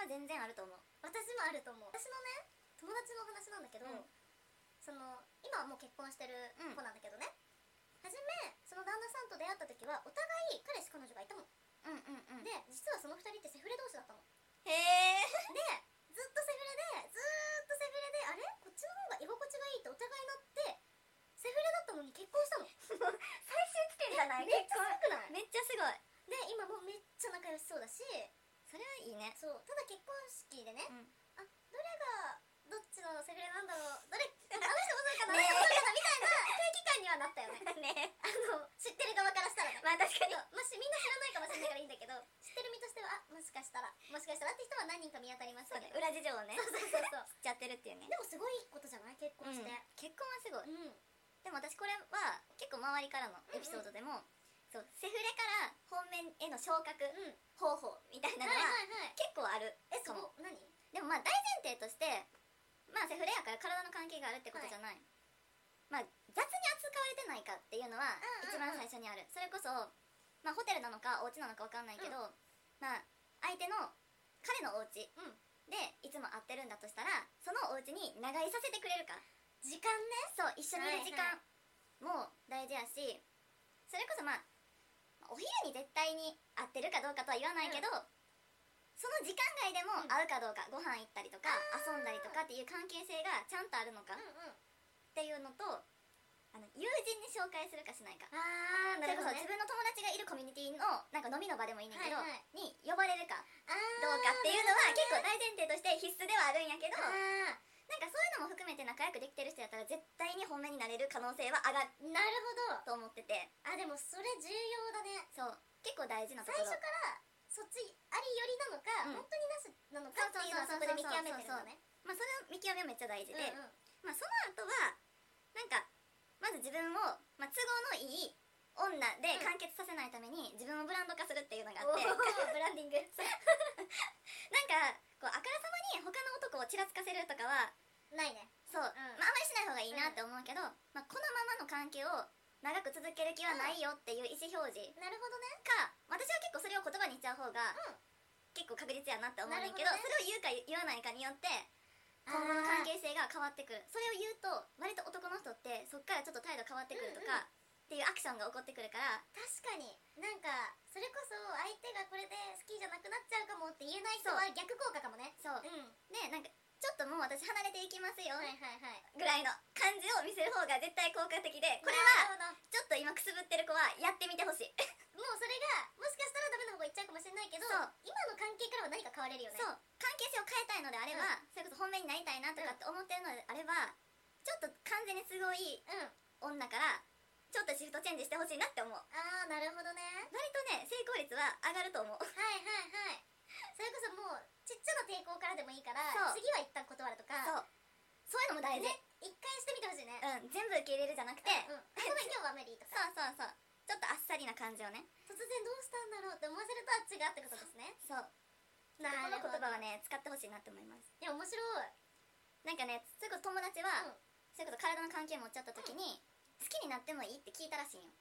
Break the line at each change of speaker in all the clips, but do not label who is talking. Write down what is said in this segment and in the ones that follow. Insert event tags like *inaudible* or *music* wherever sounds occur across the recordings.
は全然あると思う私もあると思う私のね友達の話なんだけど、
うん
その今はもう結婚してる
うん
子なんだけどね、初めその旦那さんと出会った時はお互い彼氏彼女がいたもん、
うんうんうん
で実はその2人ってセフレ同士だったの
へえ
でずっとセフレでずーっとセフレであれこっちの方が居心地がいいってお互いなってセフレだったのに結婚したの
*laughs* 最終地点じゃない
めっちゃ
結
す
婚
ごくない
めっちゃすごい
で今もうめっちゃ仲良しそうだし
それはいいね
そうただ結婚式でね、
うん
あどれがどっちのセフレなんだろうどれあの人遅いかなあの
ね
人遅いかなみたいな定期感にはな *laughs* ったよね
ね
あの知ってる側からしたらね
まあ確かに
そうもしみんな知らないかもしれないからいいんだけど知ってる身としてはあもしかしたらもしかしたらって人は何人か見当たりまし
そう
た
ね
けど
裏事情をね
そうそうそうそう
知っちゃってるっていうね
*laughs* でもすごいいいことじゃない結
うん
婚して、
結婚はすごい
うん
でも私これは結構周りからのエピソードでも、そうセフレから本面への昇格
うん
方法みたいなの
はい
は
はいはい
結構ある
えそ
かも
う何
でもまあ大前提としてまあセフレやから体の関係があるってことじゃない、まあ雑に扱われてないかっていうの
う
は
んうん
一番最初にある、それこそ、まあ、ホテルなのかお家なのか分かんないけど、まあ相手の彼のお家
うん
でいつも会ってるんだとしたらそのお家に長居させてくれるか
時間ね
そう一緒にいる時
はい
間も大事やし、それこそまあお昼に絶対に会ってるかどうかとは言わないけど、その時間外でも会うかどうか、ご飯行ったりとか遊んだりとかっていう関係性がちゃんとあるのかっ
うんうん
ていうのとあの友人に紹介するかしないか、
あー
そ
な
れ
る
こ
ほど
そ
ね
自分の友達がいるコミュニティのなんか飲みの場でもいいねんけど、
はいはい
に呼ばれるか
あー
どうかっていうのは結構
なる
大前提として必須ではあるんやけど
ほど
なん
ねあ
か
ー
そういうのも含めて仲良くできてる人やったら絶対に本命になれる可能性は上がる
なるほど
と思ってて
あでもそれ重要だね
そう結構大事なと
最
ころ
初からそっちあり寄りなのか、
うん
本当になしなのかっていうのはそこで見極めてるのね
まあ、それの見極めはめっちゃ大事
で
で、まあ、その後はなんかまず自分を、まあ、都合のいい女で完結させないために自分をブランド化するっていうのがあって、
おー *laughs*
ブランディングそうなんかこうあからさまに他の男をちらつかせるとかは
ないね
そう、
ん
まあ、あまりしない方がいいなって思うけど、まあ、このままの関係を長く続ける気はないよっていう意思表示
なるほどね
か私は結構それを言葉にしちゃう方が
うん
結構確実やなって思うねんけど
なるほどね
それを言うか言わないかによって今後の関係性が変わってくるそれを言うと割と男の人ってそっからちょっと態度変わってくるとか、っていうアクションが起こってくるから
確かになんかそれこそ相手がこれで好きじゃなくなっちゃうかもって言えない人は逆効果かもね
そう
うん
でなんかちょっともう私離れていきますよ、
はいはいはい
ぐらいの感じを見せる方が絶対効果的でこれは
なるほど
ちょっと今くすぶってる子はやってみてほしい
もうそれがもしかしたらダメな方がいっちゃうかもしれないけど
そう
今の関係からは何か変われるよね
そう関係性を変えたいのであれば、それこそ本命になりたいなとかって思ってるのであればちょっと完全に都合いい
うん
女からちょっとシフトチェンジしてほしいなって思う
ああなるほどね
割とね成功率は上がると思う
はいはいはいそれこそもうちっちゃな抵抗からでもいいから
そう
次は一旦断ると
そ
か
うそういうのも大事、
ね一回してみてほしいね
うん全部受け入れるじゃなくて、
うん、
*laughs*
あごめん今日は無理と
そ
か
うそうそうちょっとあっさりな感じをね
突然どうしたんだろうって思わせるとあっちがってことですね
そう
なるほ
こ
ど
の言葉はね使ってほしいなって思います
いや面白い
なんかねそれこそ友達
あ、うん
は、、それこそ体の関係持っちゃった時に、好きになってもいいって聞いたらしいんよ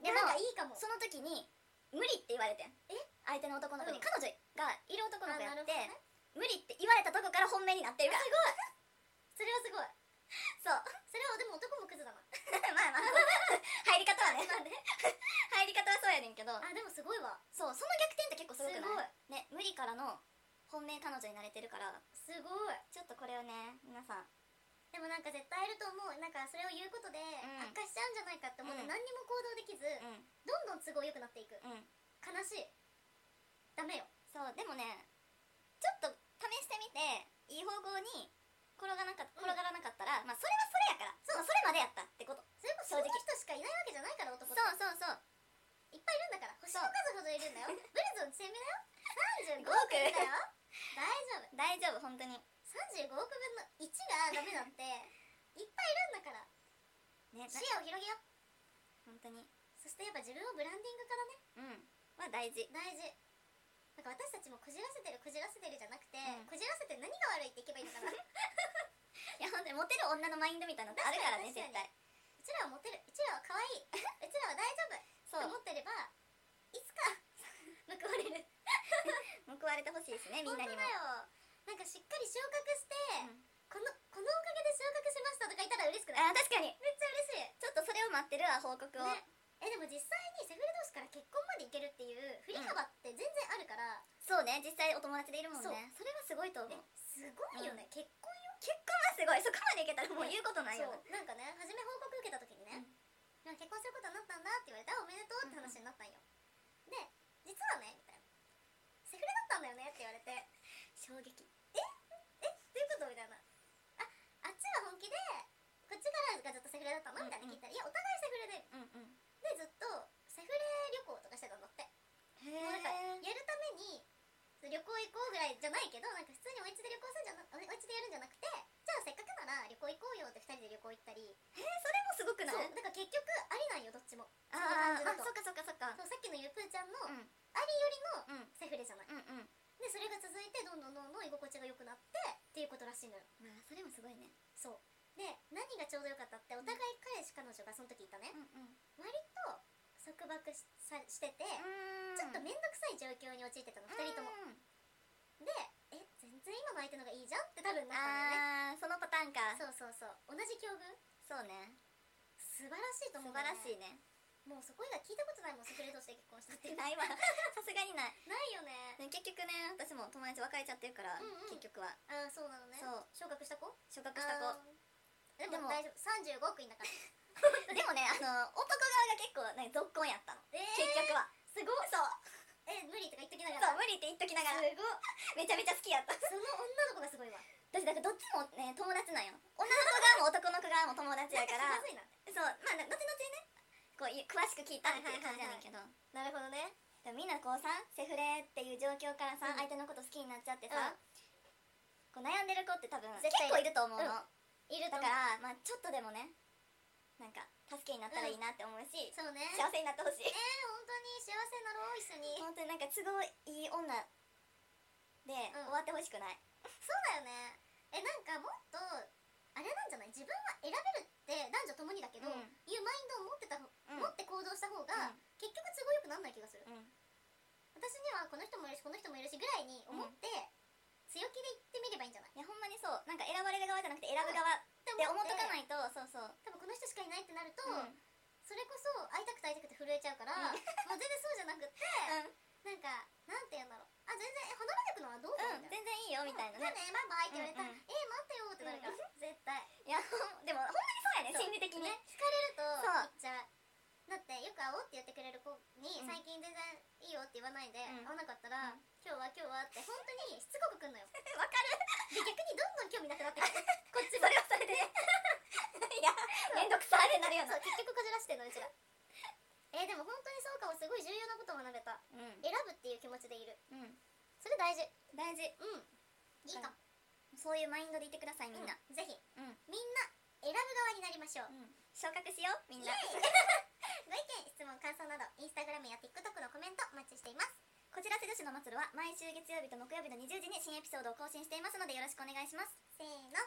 で
でも
も
なんかいいかも
その時に無理って言われてん
え
相手の男の子に、
うん
彼女がいる男の子や
あなる
っ
ほ
て、
どね
無理って言われたとこから本命になってるからす
それはすごい
ごいそう
それはでも男もクズだな
*laughs* まあまあ入り方はね *laughs* 入り方はそうやねんけど
あでもすごいわ
そうその逆転って結構すごくないね無理からの本命彼女になれてるから
すごい
ちょっとこれをね皆さん
でもなんか絶対いると思うなんかそれを言うことで
ん
悪化しちゃうんじゃないかって思って
うん
何にも行動できず、
う
どんどん都合良くなっていく
んうん
悲しいダメよ
そうでもねちょっと試してみていい方向に転がなか
うん
転がらなかったら、まあそれはそれやからそうそれまでやったってこと
それこそそ
正
の
直
人しかいないわけじゃないから男
そう
って
そうそ
いっ
う
ぱいいるんだから星の数ほどいるんだよブルゾンちなみだよ35
*laughs*
億
五
い
億
るんだよ大丈夫
大丈夫本当に
35億分の1がダメなんていっぱいいるんだから
ね
視野を広げよう
本当に
そしてやっぱ自分をブランディングからね
うんは大事
大事なんか私たちもこじらせてるこじらせてるじゃなくて、
うん
こじらせて何が悪いっていけばいいのかなう
*laughs* いや本当にモテる女のマインドみたいなのってあるからね絶
確かに
対
ちらはモテるうちらは可
*laughs*
愛いうちらは大丈夫
そう *laughs*
って思ってればいつか報われる
報わ報われてほしいしねみんな
本当
にも
だよなんかしっかり昇格して、
うん
このこのおかげで昇格しましたとか言ったら嬉しくない
あ確かに
めっちゃ嬉しい
ちょっとそれを待ってるわ報告を、
ねえでも実際にセフレ同士から結婚までいけるっていう振り幅って全然あるから、
そうね実際お友達でいるもんね
そう
それはすごいと思う
ねすごいよね、結婚よ
結婚はすごいそこまでいけたらもう言うことないよ
そうなんかね初め報告受けた時にね、なんか結婚することになったんだって言われてあおめでとうって話になったんよ、で実はねみたいなセフレだったんだよねって言われて
衝撃
どういうことみたいなああっちは本気でこっちからがずっとセフレだったのみたいな聞いたら、いやお互いセフレで
うんうん
でずっとセフレ旅行とかしてたんだって
へ
もうなんか
え
やるために旅行行こうぐらいじゃないけどなんか普通にお家で旅行するんじゃなおお家でやるんじゃなくてじゃあせっかくなら旅行行こうよって2人で旅行行ったり
それもすごくな
そ
い
うだから結局ありなんよどっちも
あーあ
その感じだと
そっかそっかそっか
そうさっきのゆうぷーちゃんの
う
ありより
ん
の
うん
セフレじゃない
うんうん
でそれが続いてどんどんどんどん居心地が良くなってっていうことらしいのよ
まあそれもすごいね
そうで何がちょうど良かったってお互い彼氏彼女がその時いたね
うんうん
割と束縛しさしてて
ち
ちょっと面倒くさい状況に陥ってたの2人ともでえ全然今の相手の方がいいじゃんって多分なったんだよね
あーそのパターンか
そうそうそう同じ境遇
そうね
素晴らしいと
素
思う、ね、
晴らしいね
もうそこ以外聞いたことないもんセクレ同士で結婚したっ
*laughs*
ていうな
ないわさすがにない
いよね
でも結局ね私も友達別れちゃってるから、
うんうん
結局は
ああそうなのね
そう
昇格した子
昇格した
あ
子
ーでも
でも
大丈夫35億いんだから
*laughs* でもねあの男側が結構ねぞっこんやったの、
え
結局は
すごい
そう
え無理とか言っときな
そ
が
う
ら
無理って言っときながら
すごい
めちゃめちゃ好きやった
その女の子がすごいわ
私だからどっちもね友達なんよ女の子側も男の子側も友達やから
*laughs* なん気まずいな
そうまあ後々ねこう詳しく聞いたっていう感じやねんけど、
なるほどね
でもみんなこうさセフレっていう状況からさ、
うん
相手のこと好きになっちゃってさ、
うん
こう悩んでる子って多分
絶
結
対
構いると思うの、
うんいる
だ
と思う
からまあちょっとでもねなんか助けになったらいいなって思うし、
そうね
幸せになってほしい、
えー、本当に幸せになろう一緒に
本当になんか都合いい女で、
うん
終わってほしくない
そうだよねえなんかもっとあれなんじゃない自分は選べるって男女ともにだけど、
うん
いうマインドを持ってた方、
うん
持って行動した方が、
うん
結局都合よくなんない気がする、
うん
私にはこの人もいるしこの人もいるしぐらいに思って、強気で言ってみればいいんじゃないっ
いやほんまにそうなんか選ばれる側じゃなくて選ぶ側ってて思っと
って
かないと、そうそう、
多分この人しかいないってなると、
うん
それこそ会いたくて会いたくて震えちゃうから、
うん
もう全然そうじゃなくって、なんかなんて言うんだろうあ全然離れてくのはどうか
うん、
み
全
たいな、
然いいよみたいな
じゃあ
ね、
ねバイバイって言われたら、
うん
えー、待ってよってな
うん
るから、絶対そう
いやほんでもほんまにそうやね心理的に、
ね惹かれると言っ
そう
ちゃうだってよく会おうって言ってくれる子に
うん
最近全然いいよって言わないで、
うん
会わなかったら、
うん
今日は今日はっ
*laughs*
て本当にしつこくくんのよで
わかる
逆にどんどん興味なくなってくるこ
*laughs*
っち
そ
も
れはそれ *laughs* でいやめんどくさーってなるよ
そう
な
結局こじらしてんのうちらえーでも本当にそうかもすごい重要なことを学べた
うん
選ぶっていう気持ちでいる
うん
それ大事
大事
うんいいかも、
そういうマインドでいてくださいみんな、
うんぜひ
うん
みんな選ぶ側になりましょう
昇格しようみんな
ご意見質問感想などインスタグラムや TikTok のコメントお待ちしています
こじらせ女子の末路は毎週月曜日と木曜日の20時に新エピソードを更新していますのでよろしくお願いします
せーの